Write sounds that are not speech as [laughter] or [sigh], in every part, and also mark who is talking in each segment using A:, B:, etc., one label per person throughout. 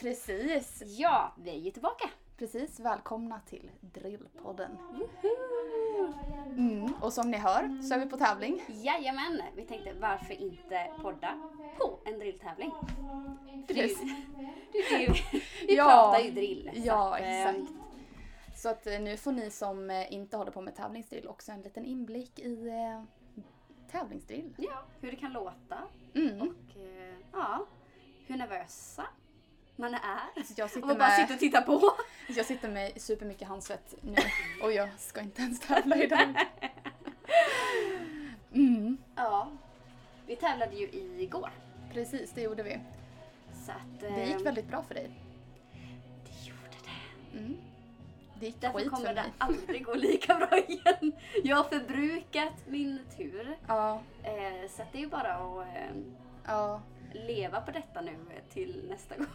A: Precis.
B: Ja,
A: Vi är tillbaka.
B: precis. Välkomna till Drillpodden. Mm, och som ni hör så är vi på tävling.
A: Jajamän. Vi tänkte varför inte podda på en drilltävling? För det är ju- det är ju- [laughs] Vi
B: Ja.
A: pratar ju drill. så
B: Ja,
A: att, eh,
B: exakt. Så att eh, nu får ni som eh, inte håller på med tävlingsdrill också en liten inblick i eh, tävlingsdrill.
A: Ja, hur det kan låta
B: Mm.
A: och eh, ja, hur nervösa man är.
B: Så Jag,
A: Och
B: sitter
A: man bara sitter
B: med,
A: och tittar på.
B: jag sitter med supermycket handsvett nu och jag ska inte ens
A: [laughs]
B: tävla idag. Mm,
A: Ja. Vi tävlade ju igår.
B: precis, det gjorde vi.
A: Så att,
B: Det gick
A: eh,
B: väldigt bra för dig.
A: Det gjorde det.
B: Mm. Det gick
A: Därför
B: skit
A: kommer
B: för
A: det
B: mig.
A: aldrig gå lika bra [laughs] igen. Jag har förbrukat min tur.
B: Ja,
A: Eh, så att det är ju bara att eh,
B: ja.
A: leva på detta nu eh, till nästa gång.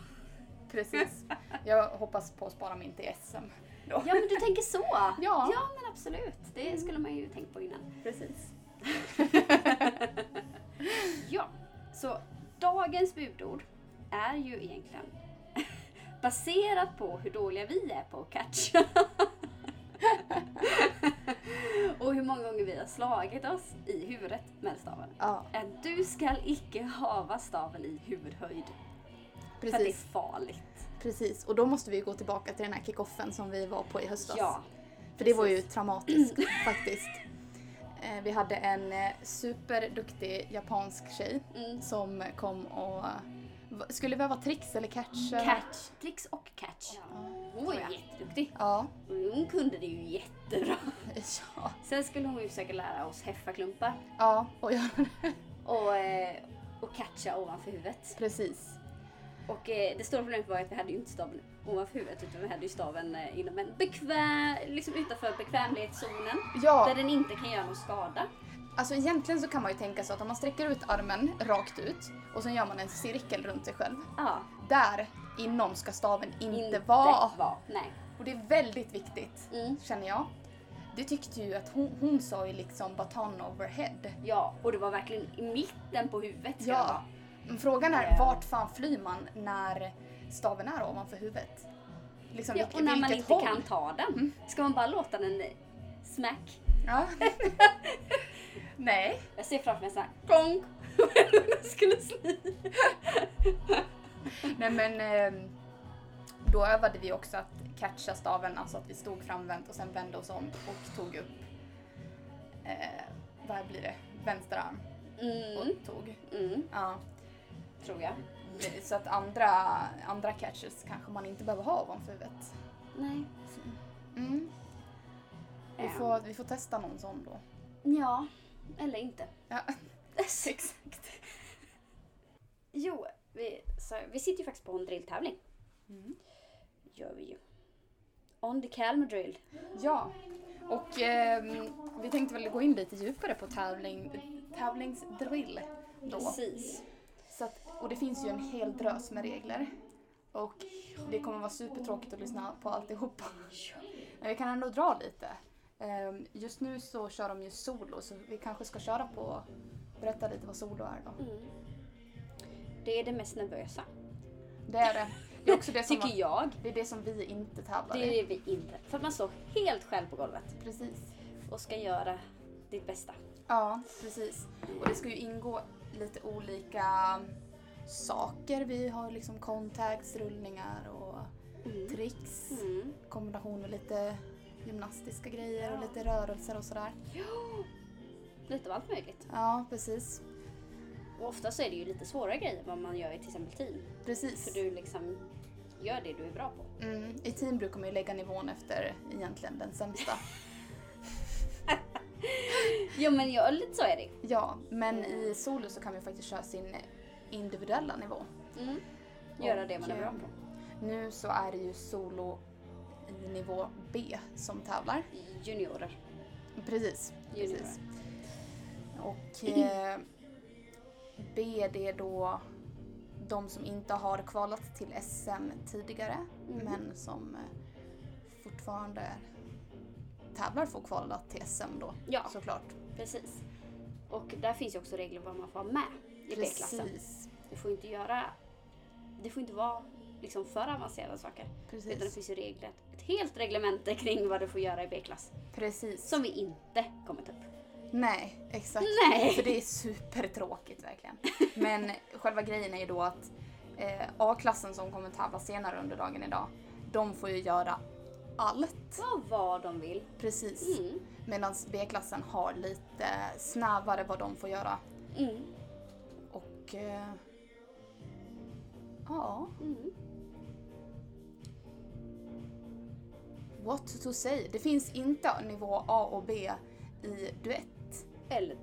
B: Precis. Jag hoppas på att spara min till SM.
A: [laughs] Ja men du tänker så! Ja, Mm.
B: Ja.
A: men absolut. Det skulle man ju tänkt på innan.
B: Precis.
A: Ja, så dagens budord är ju egentligen [laughs] baserat på hur dåliga vi är på att catcha. [laughs] Och hur många gånger vi har slagit oss i huvudet med staven.
B: Ja,
A: Att Eh, Du ska icke hava staven i huvudhöjd. För att det är
B: precis.
A: farligt.
B: precis. Och då måste vi gå tillbaka till den här kickoffen som vi var på i höstas.
A: Ja,
B: För det var ju
A: precis.
B: traumatiskt [clears throat] faktiskt. Eh, Vi hade en eh, superduktig japansk tjej
A: Mm.
B: som kom och va- skulle behöva tricks eller catch. eller-
A: Catch, tricks och catch. Mm, Hon var ju
B: Tror jag.
A: jätteduktig. Mm,
B: Ja. [laughs]
A: Hon kunde det ju jättebra.
B: Ja.
A: Sen skulle hon ju försöka lära oss häffaklumpar
B: Ja, och jag, [laughs]
A: och, eh, och catcha ovanför huvudet.
B: precis.
A: Och eh, det stora problemet var att vi hade ju inte staven ovanför huvudet utan vi hade ju staven eh, inom en bekväm, liksom utanför bekvämlighetszonen. Där
B: Ja,
A: den inte kan göra någon skada.
B: alltså egentligen så kan man ju tänka så att om man sträcker ut armen rakt ut och sen gör man en cirkel runt sig själv.
A: Ja,
B: där inom ska staven inte, vara.
A: var. Nej.
B: Och det är väldigt viktigt,
A: Mm.
B: känner jag. Det tyckte ju att hon, hon sa ju liksom baton overhead.
A: Ja, och det var verkligen i mitten på huvudet. ska det
B: Ja.
A: vara.
B: Men Frågan är
A: Ja.
B: vart fan flyr man när staven är ovanför huvudet? Liksom
A: Ja,
B: vilk-
A: och när man
B: vilket
A: inte
B: håll? Mm.
A: kan ta den. Ska man bara låta den eh, smack? [laughs]
B: Ja. Nej.
A: Jag ser framför mig såhär, klonk! [laughs] den skulle slita.
B: Nej men ehm, då övade vi också att catcha staven, alltså att vi stod framvänt och sen vände oss om och tog upp, eh, vad blir det, vänster arm
A: Mm,
B: och tog.
A: mm,
B: Ja.
A: tror jag.
B: Så att andra, andra catches kanske man inte behöver ha ovanför huvudet.
A: Nej.
B: Mm. Vi,
A: Ehm,
B: får, vi får testa någon sån då.
A: Ja, eller inte.
B: Ja.
A: [laughs] Exakt. Jo, vi, så, vi sitter ju faktiskt på en drilltävling.
B: Mm.
A: Gör vi ju. On the Calmer drill.
B: Ja, och ehm, vi tänkte väl gå in lite djupare på tävling, tävlingsdrill då.
A: Precis.
B: Så att, och det finns ju en hel drös med regler. Och det kommer vara supertråkigt att lyssna på alltihopa. Men vi kan ändå dra lite. Ehm, just nu så kör de ju solo så vi kanske ska köra på, berätta lite vad solo är då.
A: Mm. Det är det mest nervösa.
B: Det är det. Det är också det [laughs] som,
A: Tycker jag.
B: det är det som vi inte tävlar
A: Det
B: i.
A: är vi inte. För att man står helt själv på golvet
B: Precis.
A: och ska göra ditt bästa.
B: Ja, precis. Och det ska ju ingå lite olika saker. Vi har liksom contacts, rullningar och
A: Mm.
B: tricks. Kombination med lite gymnastiska grejer och lite rörelser och sådär.
A: Lite av allt möjligt.
B: Ja, precis.
A: Och ofta så är det ju lite svårare grejer än vad man gör i till exempel team. För
B: Precis.
A: du liksom gör det du är bra på.
B: Mm. I team brukar man ju lägga nivån efter egentligen den sämsta.
A: Jo men jag, lite så är det.
B: Ja, men i solo så kan man ju faktiskt köra sin individuella nivå.
A: Mm. Göra det man är
B: Och,
A: bra
B: eh,
A: på.
B: Nu så är det ju solo i nivå B som tävlar.
A: Juniorer.
B: Precis.
A: Juniorer.
B: precis. Och eh, B det är då de som inte har kvalat till SM tidigare
A: Mm.
B: men som eh, fortfarande tävlar för att kvala till SM då
A: Ja.
B: såklart.
A: Precis. Och där finns ju också regler vad man får ha med i B-klassen.
B: Precis.
A: Du får ju inte göra... Det får inte vara liksom för avancerade saker. Utan det
C: Precis.
A: finns ju regler, ett helt reglemente kring vad du får göra i B-klass.
C: Precis.
A: Som vi inte kommer ta upp.
C: Nej, exakt.
A: Nej.
C: För det är supertråkigt
A: [laughs]
C: verkligen. Men själva grejen är ju då att eh, A-klassen som kommer tävla senare under dagen idag, de får ju göra allt.
A: Vad vad de vill.
C: Precis.
A: Mm.
C: Medan B-klassen har lite snävare vad de får göra.
A: Mm.
C: Och... Eh, ja,
A: Mm.
C: what to say. Det finns inte nivå A och B i duett.
A: Eller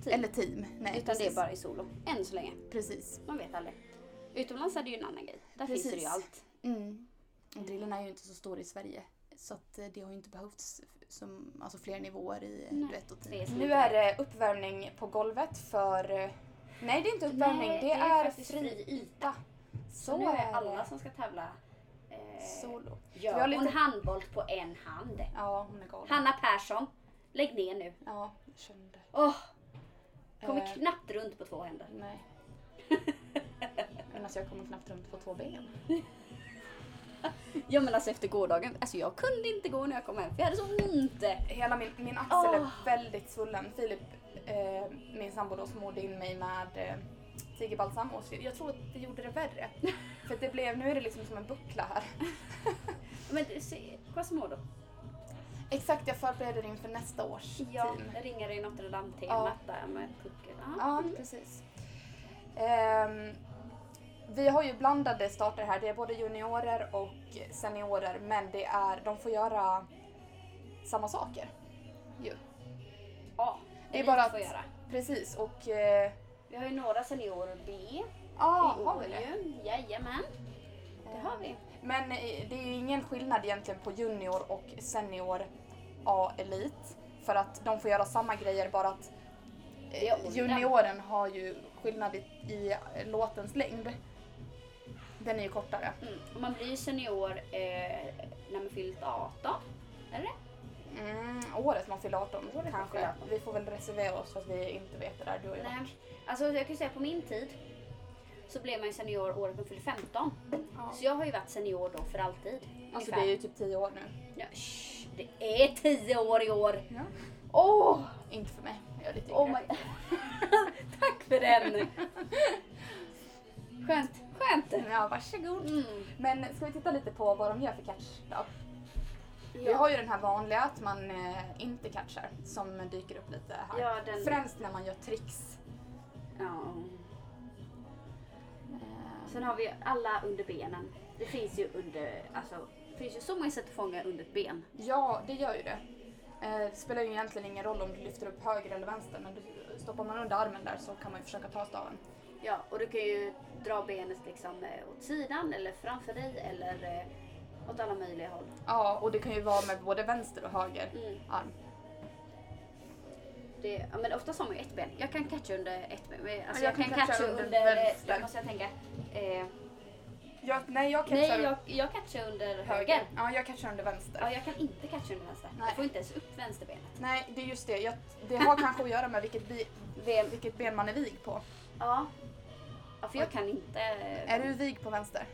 A: team.
C: Eller team. Nej,
A: Utan det
C: precis.
A: är bara i solo. Än så länge.
C: Precis.
A: Man vet aldrig. Utomlands är det ju en annan grej. Där finns det ju
C: Precis.
A: allt.
C: Mm. Och Drillen är ju inte så stor i Sverige. Så att eh, det har ju inte behövts som, alltså, fler nivåer i
A: Nej.
C: duett och
A: Det
C: team.
A: är som
B: Nu
A: inte-
B: är det uppvärmning på golvet för... eh, Nej, det är inte uppvärmning.
A: Nej,
B: det, är
A: faktiskt
B: fri.
A: yta. Så,
B: Så
A: nu är
B: är
A: alla
B: det.
A: som ska tävla eh,
C: Solo.
B: Vi
A: gör
B: har
A: lite...
B: lite-
A: en handboll på en hand.
C: Ja, hon är galen.
A: Hanna Persson, lägg ner nu.
C: Ja, jag kände.
A: Åh, kommer
C: Eh,
A: knappt runt på två händer. [laughs]
C: Nej. Men alltså jag kommer knappt runt på två ben.
A: Ja men alltså efter gårdagen, alltså jag kunde inte gå när jag kom hem för jag hade så ont.
B: Hela min, min axel
A: Åh.
B: är väldigt svullen. Filip, eh, min sambo då, smorde in mig med eh, tigerbalsam och så- jag tror att det gjorde det [laughs] värre. för att det blev, nu är det liksom som en buckla här.
A: Men det- se, Quasimodo,
B: [laughs] Exakt, jag förbereder inför nästa års
A: ja,
B: team.
A: Typ ringar i Notre Dame-temat där med pucken. Ja.
B: Ja, precis. Ehm, vi har ju blandade starter här. Det är både juniorer och seniorer, men det är, de får göra samma saker. Ju.
A: ja,
B: Det är
A: vi
B: bara att-
A: får göra.
B: Precis, och... eh,
A: Vi har ju några seniorer B
B: Ja,
A: i
B: har
A: år
B: vi det?
A: ju. Jajamän, det har vi.
B: Men eh, det är ju ingen skillnad egentligen på junior och senior A-elit. För att de får göra samma grejer, bara att eh,
A: Det är åldern.
B: junioren har ju skillnad i, i eh, låtens längd. Den är ju kortare.
A: Mm. Och man blir ju senior eh, när man fyllt 18. Är det
B: Mm, året man fyller 18
A: Året man
B: kanske.
A: fyller 18.
B: Vi får väl reservera oss för att vi inte vet det där du och jag.
A: Nej. Alltså jag kan ju säga på min tid så blev man ju senior året man fyllde 15.
B: Ja.
A: Så jag har ju varit senior då för alltid.
B: Alltså det
A: ungefär.
B: är ju typ 10 år nu.
A: Ja, shh, det är 10 år i år!
B: Åh! Inte för mig, jag är lite yngre.
A: Oh my... [laughs] Tack för den! Skönt, skönt!
B: Ja, varsågod.
A: Mm.
B: Men ska vi titta lite på vad de gör för catch då? Vi
A: Ja.
B: har ju den här vanliga att man eh, inte catchar som dyker upp lite här.
A: Ja, den-
B: Främst när man gör tricks.
A: ja.
B: Eh,
A: Sen har vi ju alla under benen. Det finns ju under, alltså, det finns ju så många sätt att fånga under ett ben.
B: Ja, det gör ju det. Eh, det spelar ju egentligen ingen roll om du lyfter upp höger eller vänster men du, stoppar man under armen där så kan man ju försöka ta staven.
A: Ja, och du kan ju dra benet liksom eh, åt sidan eller framför dig eller eh, åt alla möjliga håll.
B: Ja, och det kan ju vara med både vänster och höger
A: Mm.
B: arm.
A: Det, ja, men oftast har man ju ett ben. Jag kan catcha under ett ben. men Alltså,
B: Ja,
A: jag, kan catcha, under,
B: vänster.
A: där måste jag tänka. Eh,
B: Jag, nej, jag catchar
A: nej, jag, jag catchar under höger.
B: Ja, jag catchar under vänster.
A: Ja, jag kan inte catcha under vänster.
B: Nej.
A: Jag får inte ens upp vänsterbenet.
B: Nej, det är just det. Jag, det har kanske att göra med vilket, bi,
A: Vem?
B: vilket ben man är vig på.
A: Ja. ja, för jag kan inte...
B: Är du vig på vänster?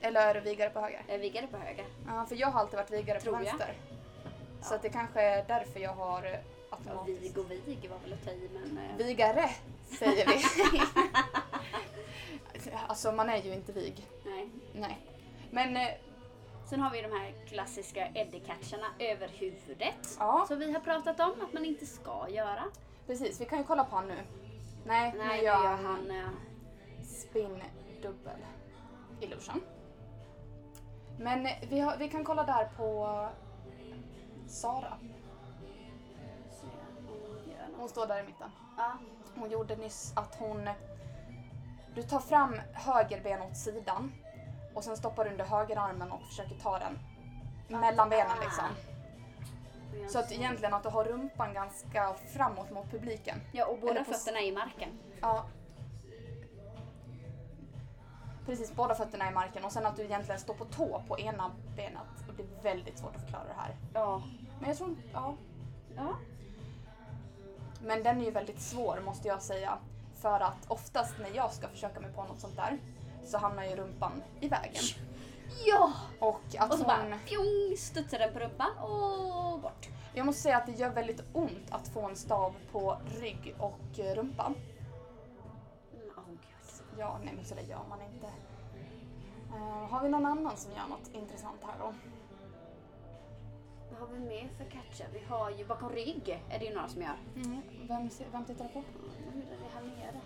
B: Eller är du vigare på höger?
A: Jag vigade på höger.
B: Ja, för jag har alltid varit vigare
A: Tror
B: på
A: jag.
B: vänster. Så
A: Ja.
B: att det kanske är därför jag har eh,
A: Ja,
B: automatiskt...
A: vig och vig var väl att ta i, men... eh,
B: Vigare,
A: [laughs]
B: säger vi. alltså, man är ju inte vig.
A: Nej.
B: Nej. Men eh,
A: Sen har vi de här klassiska eddy-catcharna över huvudet.
B: Ja.
A: Som vi har pratat om att man inte ska göra.
B: precis, vi kan ju kolla på han nu. Nej,
A: Nej,
B: nu
A: nu
B: gör
A: gör
B: han
A: han... eh,
B: spin dubbel illusion. Men eh, vi, har, vi kan kolla där på eh, Sara.
A: se om han gör något.
B: Hon står där i mitten.
A: Ja,
B: Hon gjorde nyss att hon... Du tar fram höger ben åt sidan och sen stoppar du under höger armen och försöker ta den mellan
A: Ah,
B: benen liksom.
A: och jag-
B: Så att egentligen att du har rumpan ganska framåt mot publiken.
A: Ja, och båda
B: Eller på s-
A: fötterna är i marken.
B: Ja. Precis, båda fötterna i marken och sen att du egentligen står på tå på ena benet. Och det är väldigt svårt att förklara det här.
A: Ja.
B: Men jag tror inte- ja.
A: ja.
B: Men den är ju väldigt svår måste jag säga. För att oftast när jag ska försöka mig på något sånt där så hamnar ju rumpan i vägen.
A: Ja!
B: Och att
A: Och så
B: hon...
A: Alltså bara pjong studsar den på rumpan och bort.
B: Jag måste säga att det gör väldigt ont att få en stav på rygg och eh, rumpa.
A: Mm, åh gud.
B: Ja, nej men så det gör man inte. Eh, har vi någon annan som gör något intressant här då?
A: Vad har vi mer för catcher? Vi har ju bakom rygg är det ju några som gör.
B: Vem, se- vem tittar på?
A: Mm, Hur är det här nere?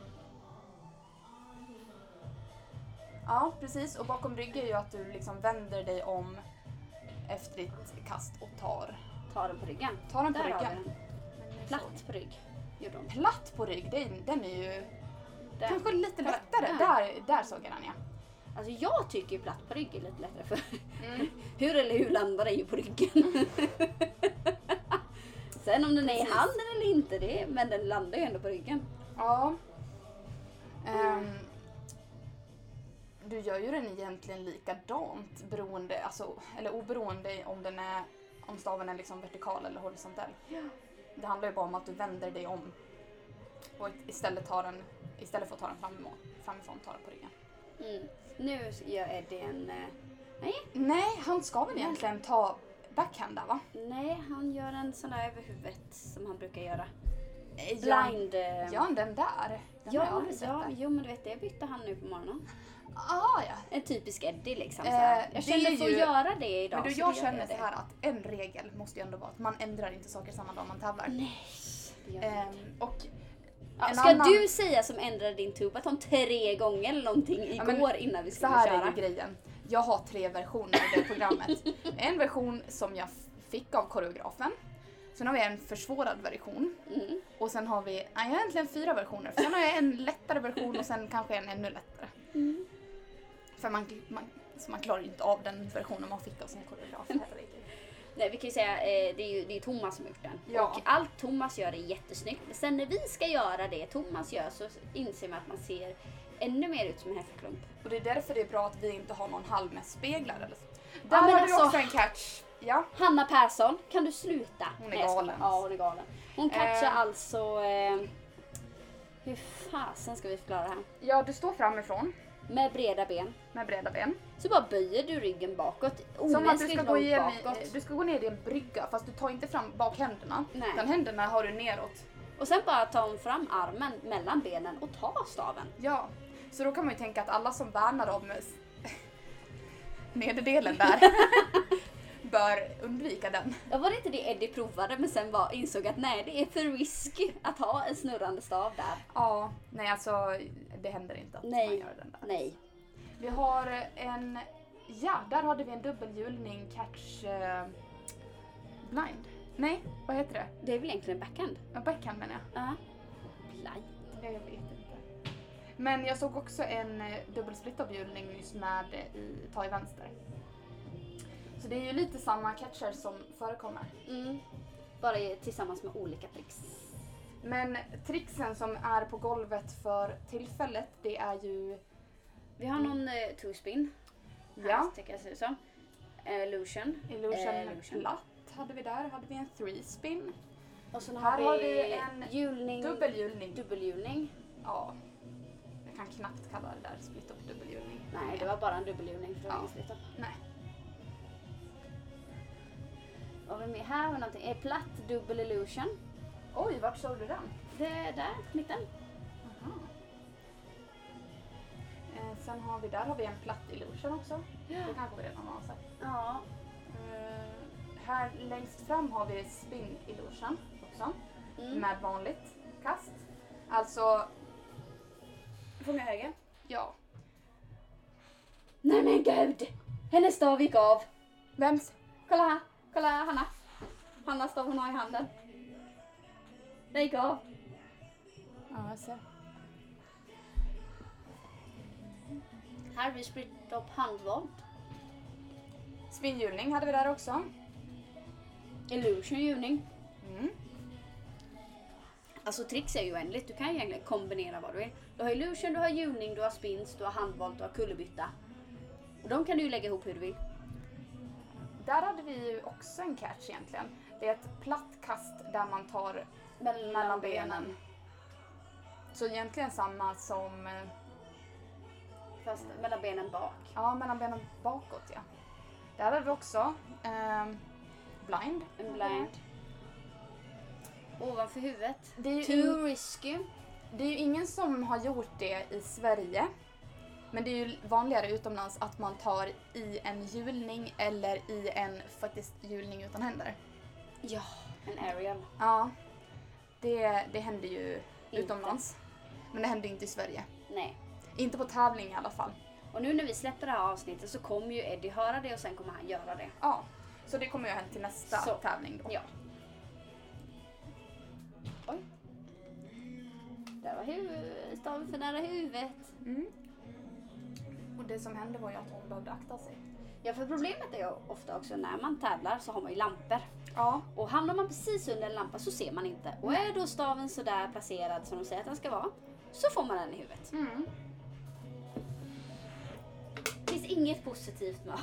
B: Ja, precis. Och bakom rygg är ju att du liksom vänder dig om efter ditt kast och tar.
A: Ta den på ryggen.
B: Ta den på
A: Där har
B: ryggen.
A: vi den. Platt på rygg. Gjorde hon.
B: Platt på rygg, det är, den är ju
A: Där.
B: kanske lite lättare.
A: Ja.
B: Där, där såg jag den ja.
A: Alltså jag tycker ju platt på rygg är lite lättare för [laughs]
B: Mm.
A: hur eller hur landar den ju på ryggen. [laughs] Sen om den är i handen eller inte, det, men den landar ju ändå på ryggen.
B: Ja. Ehm, du gör ju den egentligen likadant beroende, alltså, eller oberoende om den är om staven är liksom vertikal eller horisontell. Det handlar ju bara om att du vänder dig om och istället, tar den, istället för att ta den framifrån, framifrån tar den på ryggen.
A: Mm. Nu gör Eddie en... eh, Nej,
B: Nej, han ska väl egentligen ta backhanda va?
A: nej, han gör en sån där över huvudet som han brukar göra.
B: Gör-
A: Blind... eh,
B: Gör han den där? Den har jag
A: Ja,
B: aldrig sett
A: ja,
B: där.
A: jo men du vet det bytte han nu på morgonen.
B: Aha, ja.
A: En typisk Eddie liksom.
B: Eh,
A: så här.
B: det
A: jag känner
B: är
A: för att
B: ju-
A: göra det idag.
B: Men du,
A: så
B: jag
A: då gör
B: känner så
A: det.
B: här att en regel måste ju ändå vara att man ändrar inte saker samma dag man tävlar.
A: Nej. det gör jag inte.
B: Ehm, och
A: Mm. Ja,
B: en
A: ska
B: annan-
A: du säga som ändrade din tubaton tre gånger eller någonting
B: Ja,
A: igår
B: men
A: innan vi
B: så
A: skulle
B: här
A: köra?
B: är ju grejen. Jag har tre versioner av det programmet. En version som jag f- fick av koreografen. Sen har vi en försvårad version.
A: Mm.
B: Och sen har vi, nej jag har egentligen fyra versioner. Sen har jag en lättare version och sen kanske en ännu lättare.
A: Mm.
B: För man, man, så man klarar ju inte av den versionen man fick av sin koreograf. heller.
A: Nej, vi kan ju säga eh, det är ju det är Thomas som har gjort den.
B: Ja.
A: Och allt Thomas gör är jättesnyggt. Men sen när vi ska göra det Thomas gör så inser man att man ser ännu mer ut som en hästklump.
B: Och det är därför det är bra att vi inte har någon hall med speglar eller så. Där
A: Ja, men
B: har du
A: alltså-
B: också en catch. Ja.
A: Hanna Persson, kan du sluta?
B: Hon är
A: Nej, jag skojar.
B: galen.
A: Ja, hon är galen. Hon catchar
B: Eh.
A: alltså... Eh, hur fasen ska vi förklara det här?
B: ja, du står framifrån
A: Med breda ben.
B: med breda ben.
A: Så bara böjer du ryggen bakåt.
B: Som att du
A: Omänskligt
B: ska,
A: långt
B: gå i en,
A: bakåt.
B: du ska gå ner i en brygga fast du tar inte fram bakhänderna.
A: Nej.
B: Utan händerna har du neråt.
A: Och sen bara tar hon fram armen mellan benen och tar staven.
B: Ja. Så då kan man ju tänka att alla som värnar om s- [laughs] nederdelen [laughs] där bör undvika den.
A: Ja, var det inte det Eddie provade men sen bara insåg att nej det är för risky att ha en snurrande stav där.
B: Ja, nej alltså det händer inte att
A: Nej.
B: man gör den där.
A: Nej.
B: Vi har en, ja där hade vi en dubbelhjulning catch eh, blind. Nej, vad heter det?
A: Det är väl egentligen backhand?
B: Ja, Backhand menar jag.
A: Ja. Blind.
B: Nej, jag vet inte. Men jag såg också en eh, dubbelsplittavhjulning nyss med eh, i ta i vänster. Så det är ju lite samma catcher som förekommer.
A: Mm. Bara i- tillsammans med olika tricks.
B: Men tricksen som är på golvet för tillfället det är ju...
A: Vi har någon eh, two-spin.
B: Ja,
A: Tycker jag ser ut Eh, som. Illusion.
B: illusion,
A: Eh, illusion.
B: platt hade vi där. Hade vi en three spin.
A: Och sen
B: Här har
A: har
B: vi
A: vi
B: en
A: hjulning.
B: Dubbelhjulning.
A: Dubbelhjulning.
B: Ja. Jag kan knappt kalla det där split upp dubbelhjulning.
A: Nej det var bara en dubbelhjulning för
B: Ja.
A: att ja.
B: Nej.
A: Vad har vi med här? Har vi någonting? Eh, platt dubbel illusion.
B: Oj, vart såg du den?
A: Det är där, mitten.
B: Aha. Eh, sen har vi, där har vi en platt illusion också. Det kanske vi redan har sett.
A: Ja,
B: Eh, här längst fram har vi spin illusion också.
A: Mm.
B: Med vanligt kast. Alltså... Fånga höger? Ja.
A: Nej men gud! Hennes stav gick av.
B: Vems?
A: Kolla här, kolla här Hanna. Hannas stav hon har i handen. Den gick av.
B: Ja, jag ser.
A: Här har vi spritt upp handvolt.
B: Spinnhjulning hade vi där också.
A: Illusion juning.
B: Mm.
A: Alltså tricks är ju oändligt, du kan ju egentligen kombinera vad du vill. Du har illusion, du har juning, du har spins, du har handvolt, du har kullerbytta. Och de kan du ju lägga ihop hur du vill.
B: Där hade vi ju också en catch egentligen. Det är ett platt kast där man tar
A: Mellan,
B: mellan benen. Så egentligen samma som eh,
A: Fast mellan benen bak.
B: Ja, mellan benen bakåt ja. Där hade vi också ehm, blind.
A: En blind. Ovanför huvudet.
B: Det är, ju in,
A: Too risky.
B: det är ju ingen som har gjort det i Sverige. Men det är ju vanligare utomlands att man tar i en hjulning eller i en faktiskt hjulning utan händer.
A: Ja. En aerial.
B: Ja, det, det händer ju
A: Inte.
B: utomlands. Men det händer inte i Sverige.
A: Nej.
B: Inte på tävling i alla fall.
A: Och nu när vi släpper det här avsnittet så kommer ju Eddie höra det och sen kommer han göra det.
B: Ja, så det kommer ju hända till nästa
A: Så.
B: tävling då.
A: Ja. Oj. Där var huvudet. Staven för nära huvudet.
B: Mm. Och det som hände var ju att hon behövde akta sig.
A: Ja, för problemet är ju ofta också när man tävlar så har man ju lampor.
B: Ja,
A: Och hamnar man precis under en lampa så ser man inte. Och är då staven sådär placerad som de säger att den ska vara, så får man den i huvudet.
B: Mm.
A: Det finns inget positivt med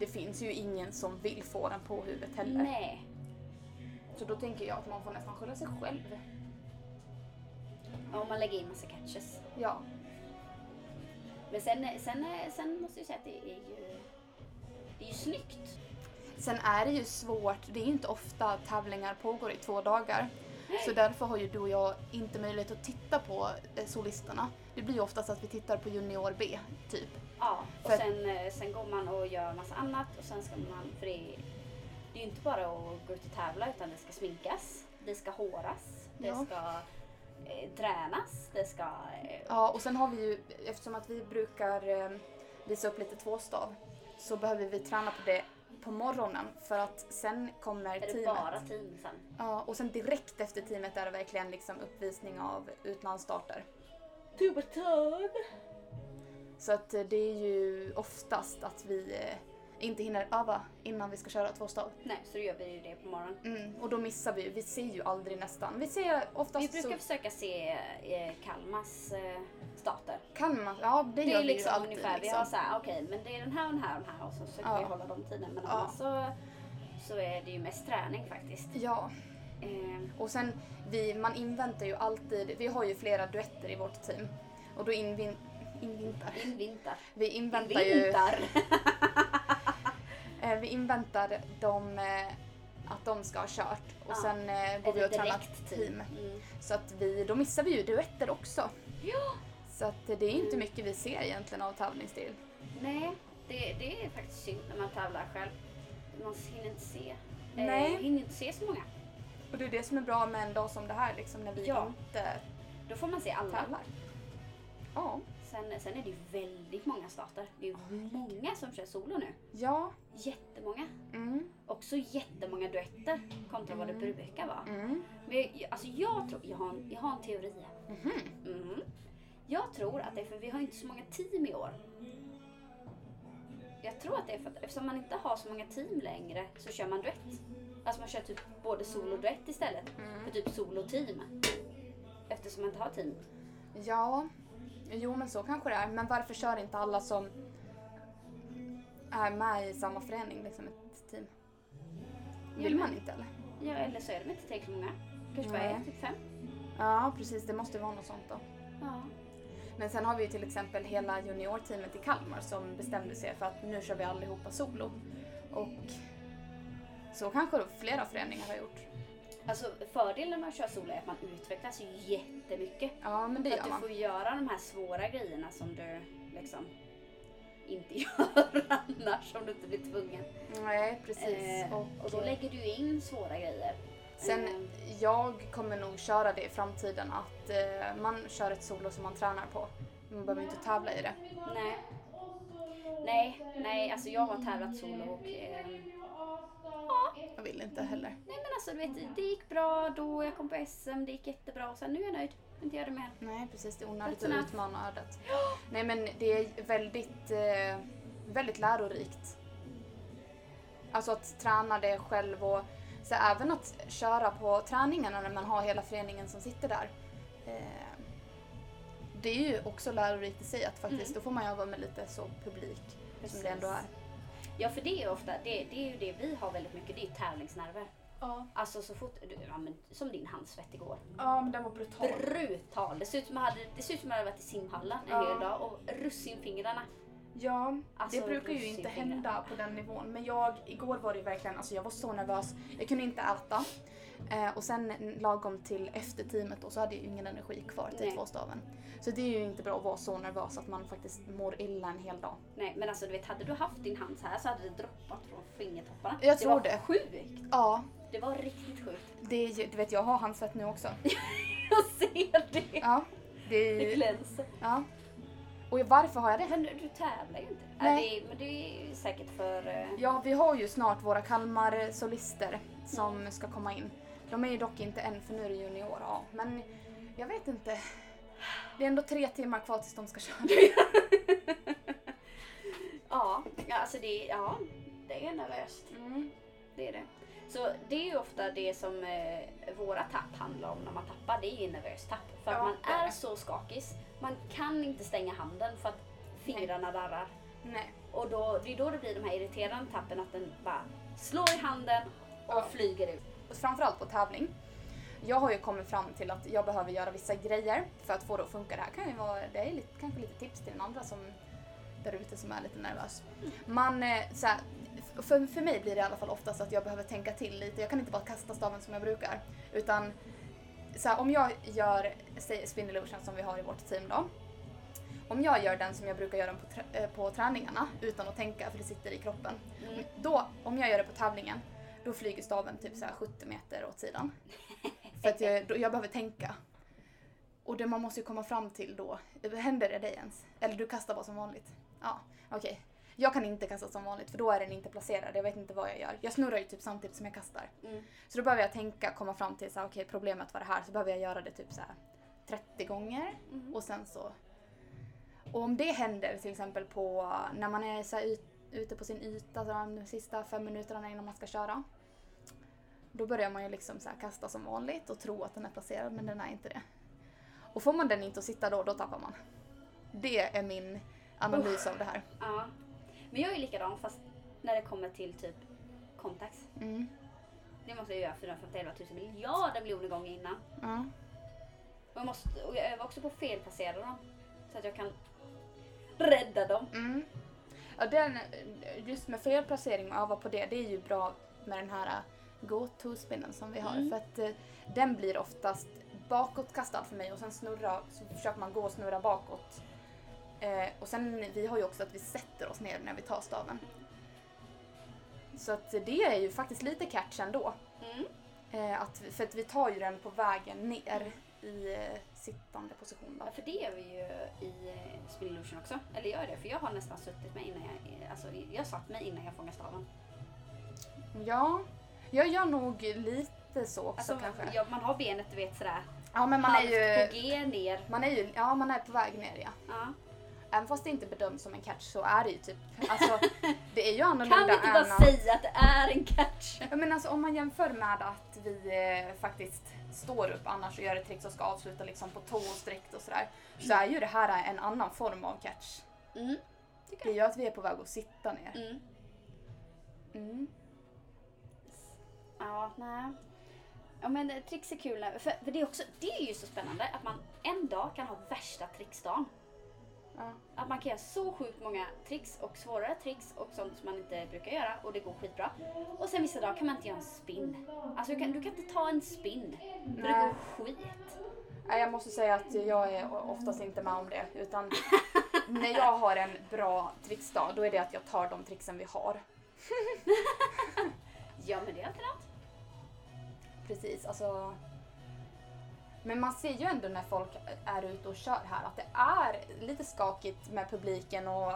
B: Det finns ju ingen som vill få den på huvudet heller.
A: Nej.
B: Så då tänker jag att man får nästan skylla sig själv.
A: Om man lägger in massa catches.
B: Ja.
A: Men sen, sen, sen måste jag säga att det är ju, det är ju snyggt.
B: Sen är det ju svårt, det är inte ofta tävlingar pågår i två dagar. Så därför har ju du och jag inte möjlighet att titta på eh, solisterna. Det blir ju oftast att vi tittar på junior B, typ.
A: Ja, och
B: För-
A: sen, eh, sen går man och gör massa annat och sen ska man, för det är, det är ju inte bara att gå ut och tävla utan det ska sminkas, det ska håras, det
B: Ja.
A: ska eh, tränas, det ska... Eh,
B: Ja, och sen har vi ju, eftersom att vi brukar eh, visa upp lite tvåstav, så behöver vi träna på det på morgonen för att sen kommer
A: är det
B: teamet.
A: bara team sen?
B: Ja, och sen direkt efter teamet är det verkligen liksom uppvisning av utlandsstarter.
A: Tubertön!
B: Så att eh, det är ju oftast att vi eh, inte hinner öva innan vi ska köra tvåstav.
A: Nej, så då gör vi ju det på morgonen.
B: Mm, och då missar vi ju, vi ser ju aldrig nästan. Vi ser oftast
A: Vi brukar
B: så
A: försöka se eh, Kalmas eh, starter.
B: kan man, ja det,
A: Det
B: gör
A: är
B: vi ju
A: liksom
B: alltid.
A: ungefär, vi
B: liksom.
A: har såhär, okej men det är den här och den här och den här och så försöker
B: Ja.
A: vi hålla de tiden. Men
B: Ja.
A: annars så, så är det ju mest träning faktiskt.
B: Ja,
A: Eh,
B: och sen vi, man inväntar ju alltid, vi har ju flera duetter i vårt team. Och då invin, invintar,
A: Invintar.
B: vi inväntar ju
A: Vintar!
B: Eh, vi inväntar dem, eh, att de ska ha kört och
A: Ja.
B: sen eh, går
A: Är
B: vi
A: det
B: [laughs] och
A: [laughs]
B: tränar
A: direkt
B: team.
A: team? Mm.
B: Så att vi, då missar vi ju duetter också.
A: Ja!
B: Så att det är inte mycket vi ser egentligen av tävlingsstil.
A: Nej, det, det är faktiskt synd när man tävlar själv. Man hinner inte se.
B: Nej.
A: Eh, hinner inte se så många.
B: Och det är det som är bra med en dag som det här, liksom, när vi
A: Ja.
B: inte
A: Då får man se alla.
B: tävlar. Ja.
A: Sen, sen är det ju väldigt många starter. Det är ju många som kör solo nu.
B: Ja.
A: Jättemånga.
B: Mm.
A: Också jättemånga duetter kontra vad det brukar vara.
B: Mm.
A: Men jag, alltså jag tror, jag har en, jag har en teori här.
B: Mhm.
A: Mm. Jag tror att det är för vi har inte så många team i år. Jag tror att det är för att eftersom man inte har så många team längre så kör man duett. Alltså man kör typ både solo och duett istället
B: Mm.
A: för typ solo och team. Eftersom man inte har team.
B: Ja. Jo men så kanske det är. Men varför kör inte alla som är med i samma förening, liksom ett team?
A: Ja,
B: Vill
A: men-
B: man inte eller?
A: Ja, eller så är de inte tillräckligt många. Kanske bara
B: Nej.
A: är typ fem.
B: Ja precis, det måste vara något sånt då.
A: Ja.
B: Men sen har vi ju till exempel hela juniorteamet i Kalmar som bestämde sig för att nu kör vi allihopa solo. Och så kanske då flera föreningar har gjort.
A: Alltså fördelen när man kör solo är att man utvecklas ju jättemycket.
B: Ja men det
A: För att
B: gör
A: du
B: man.
A: får göra de här svåra grejerna som du liksom inte [laughs] gör annars om du inte blir tvungen.
B: Nej precis.
A: Eh,
B: och,
A: och då lägger du in svåra grejer.
B: sen
A: eh,
B: jag kommer nog köra det i framtiden att eh, man kör ett solo som man tränar på. Man behöver inte tävla i det.
A: Nej. Nej, nej, alltså jag har tävlat solo och... Eh, ja,
B: Jag vill inte heller.
A: nej men alltså du vet, det gick bra då, jag kom på SM, det gick jättebra och sen nu är jag nöjd. Inte gör det mer. [gasps]
B: Nej precis, det är onödigt
A: That's
B: att
A: enough.
B: utmana ödet. Nej men det är väldigt, eh, väldigt lärorikt. Alltså att träna det själv och så även att köra på träningarna när man har hela föreningen som sitter där. Eh, det är ju också lärorikt i sig att faktiskt,
A: Mm.
B: då får man ju vara med lite så publik som det ändå är.
A: Ja, för det är ju ofta, det, det är ju det vi har väldigt mycket, det är ju tävlingsnerver.
B: Ja.
A: Alltså så fort, du, ja, men, som din handsvett igår.
B: ja, men den var brutal.
A: Brutal! Det ser ut som jag hade, det ser ut som jag hade varit i simhallen en
B: Ja.
A: hel dag och russinfingrarna.
B: Ja,
A: Alltså,
B: det brukar ju inte
A: russinfingrar.
B: hända på den nivån. Men jag, igår var det verkligen, alltså jag var så nervös. Jag kunde inte äta. Eh, och sen lagom till efterteamet då så hade jag ingen energi kvar till
A: Nej.
B: tvåstaven. Så det är ju inte bra att vara så nervös att man faktiskt mår illa en hel dag.
A: Nej men alltså du vet, hade du haft din hand så här så hade det droppat från fingertopparna.
B: Jag
A: det
B: tror
A: var
B: det.
A: sjukt!
B: Ja,
A: Det var riktigt sjukt. [laughs]
B: det är, ju- du vet jag har handsvett nu också.
A: Jag ser det!
B: Ja, det
A: Det
B: är ju,
A: glänser.
B: ja. Och varför har jag det?
A: Men du, du tävlar ju inte.
B: Nej.
A: Ja, det, men det är säkert för... eh,
B: Ja, vi har ju snart våra Kalmar-solister som ska komma in. De är ju dock inte än för nu är det junior ja. men jag vet inte. Det är ändå tre timmar kvar tills de ska köra.
A: Ja, ja, alltså det, ja, det är nervöst. Det är det. Så det är ju ofta det som eh, våra tapp handlar om när man tappar. Det är ju nervöst tapp. För att
B: Ja,
A: man
B: det är
A: är
B: det.
A: så skakis. Man kan inte stänga handen för att fingrarna darrar.
B: Nej.
A: Och då, det är då det blir de här irriterande tappen att den bara slår i handen och
B: Ja.
A: flyger ut.
B: Och framförallt på tävling. Jag har ju kommit fram till att jag behöver göra vissa grejer för att få det att funka. Det här kan ju vara, det är lite, kanske lite tips till den andra som där ute som är lite nervös. Man, eh, så här, f- för, för mig blir det i alla fall oftast att jag behöver tänka till lite. Jag kan inte bara kasta staven som jag brukar. Utan så här, om jag gör, säg spin illusion som vi har i vårt team då. Om jag gör den som jag brukar göra den på, trä- eh, på träningarna utan att tänka för det sitter i kroppen.
A: Mm.
B: Då, om jag gör det på tävlingen, då flyger staven typ så här 70 meter åt sidan. För att jag, då, jag behöver tänka. Och det man måste ju komma fram till då, händer det dig ens? Eller du kastar bara som vanligt? Ja, okej. Jag kan inte kasta som vanligt för då är den inte placerad, jag vet inte vad jag gör. Jag snurrar ju typ samtidigt som jag kastar.
A: Mm.
B: Så då behöver jag tänka, komma fram till så här, okej problemet var det här, så behöver jag göra det typ så här 30 gånger.
A: Mm.
B: Och sen så... Och om det händer till exempel på när man är så här ut, ute på sin yta så de sista fem minuterna innan man ska köra. Då börjar man ju liksom så här kasta som vanligt och tro att den är placerad men den är inte det. Och får man den inte att sitta då, då tappar man. Det är min analys av det här.
A: Ja. Men jag är likadan fast när det kommer till typ kontax.
B: Mm.
A: Det måste jag göra 451 000 miljarder miljoner gånger innan.
B: Ja.
A: Och jag, måste, och jag övar också på att felplacera dem. Så att jag kan rädda dem.
B: Mm. Ja, den, just med felplacering och öva på det, det är ju bra med den här go-to-spinnen som vi har.
A: Mm.
B: För att eh, den blir oftast bakåtkastad för mig och sen snurra, så försöker man gå och snurra bakåt. Eh, och sen vi har ju också att vi sätter oss ner när vi tar staven. Så att det är ju faktiskt lite catch ändå.
A: Mm.
B: Eh, att, för att vi tar ju den på vägen ner i eh, sittande position. Då.
A: Ja, för det gör vi ju i eh, Spin Illusion också. Eller gör det, för jag har nästan suttit mig innan jag... Alltså, jag satt mig innan jag fångade staven.
B: Ja, jag gör nog lite så också
A: Alltså,
B: kanske.
A: ja, man har benet du vet sådär
B: Ja men man är
A: halvt på
B: ju,
A: G ner.
B: man är ju ja, man är på väg ner ja.
A: Ja.
B: Även fast det inte bedöms som en catch så är det ju typ,
A: [laughs]
B: alltså det är ju annorlunda
A: Kan vi inte bara
B: än att-
A: säga att det är en catch?
B: Ja, men alltså om man jämför med att vi eh, faktiskt står upp annars och gör ett trick som ska avsluta liksom på tå och sträckt och sådär. Så är ju det här en annan form av catch.
A: Mm.
B: Det gör att vi är på väg att sitta ner.
A: Mm.
B: Mm.
A: Ja, nej. Ja men eh, tricks är kul. när- För, för det, är också, det är ju så spännande att man en dag kan ha värsta tricksdagen.
B: Ja.
A: Att man kan göra så sjukt många tricks och svårare tricks och sånt som man inte brukar göra och det går skitbra. Och sen vissa dagar kan man inte göra en spin. Alltså du kan, du kan inte ta en spin. För det
B: Nej.
A: går skit.
B: Nej, jag måste säga att jag är oftast inte med om det.
A: [laughs]
B: Utan när jag har en bra tricksdag, då är det att jag tar de tricksen vi har.
A: Ja men det är alltid något.
B: Precis, alltså... Men man ser ju ändå när folk är ute och kör här att det är lite skakigt med publiken och,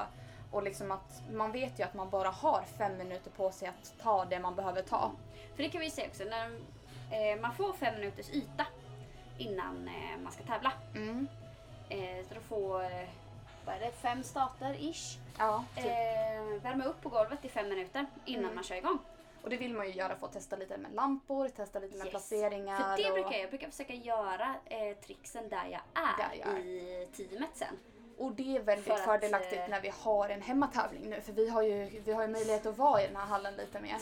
B: och liksom att man vet ju att man bara har fem minuter på sig att ta det man behöver ta.
A: För det kan vi ju säga också, när eh, man får fem minuters yta innan eh, man ska tävla.
B: Mm.
A: Eh, så då får, eh, vad är det, fem starter ish.
B: Ja, typ.
A: Eh, värma upp på golvet i fem minuter innan
B: Mm.
A: man kör igång.
B: Och det vill man ju göra för att testa lite med lampor, testa lite med
A: Yes.
B: placeringar.
A: För det
B: och...
A: brukar jag, jag brukar försöka göra eh, tricksen där jag är,
B: Där jag är.
A: i teamet sen.
B: Och det är väldigt
A: För att, eh,
B: fördelaktigt när vi har en hemmatävling nu för vi har ju, vi har ju möjlighet att vara i den här hallen lite mer.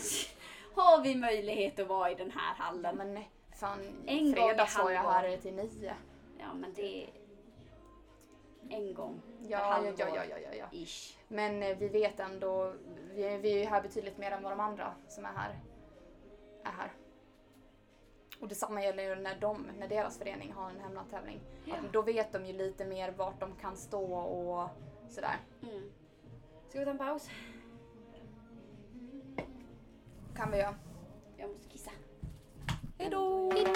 A: har vi möjlighet att vara i den här
B: Ja,
A: hallen?
B: men fan,
A: En gång i
B: fredags var jag här
A: halvår.
B: till nio.
A: Ja men det är en gång per
B: Ja, ja,
A: halvår.
B: ja, ja, ja, ja.
A: Ish.
B: Men eh, vi vet ändå, vi, vi är ju här betydligt mer än vad de andra som är här är här. Och detsamma gäller ju när, de, när deras förening har en hemnattävling.
A: Ja.
B: Att Då vet de ju lite mer vart de kan stå och sådär.
A: Mm. Ska vi ta en paus?
B: kan vi göra.
A: Jag måste kissa.
B: Hejdå! Hejdå!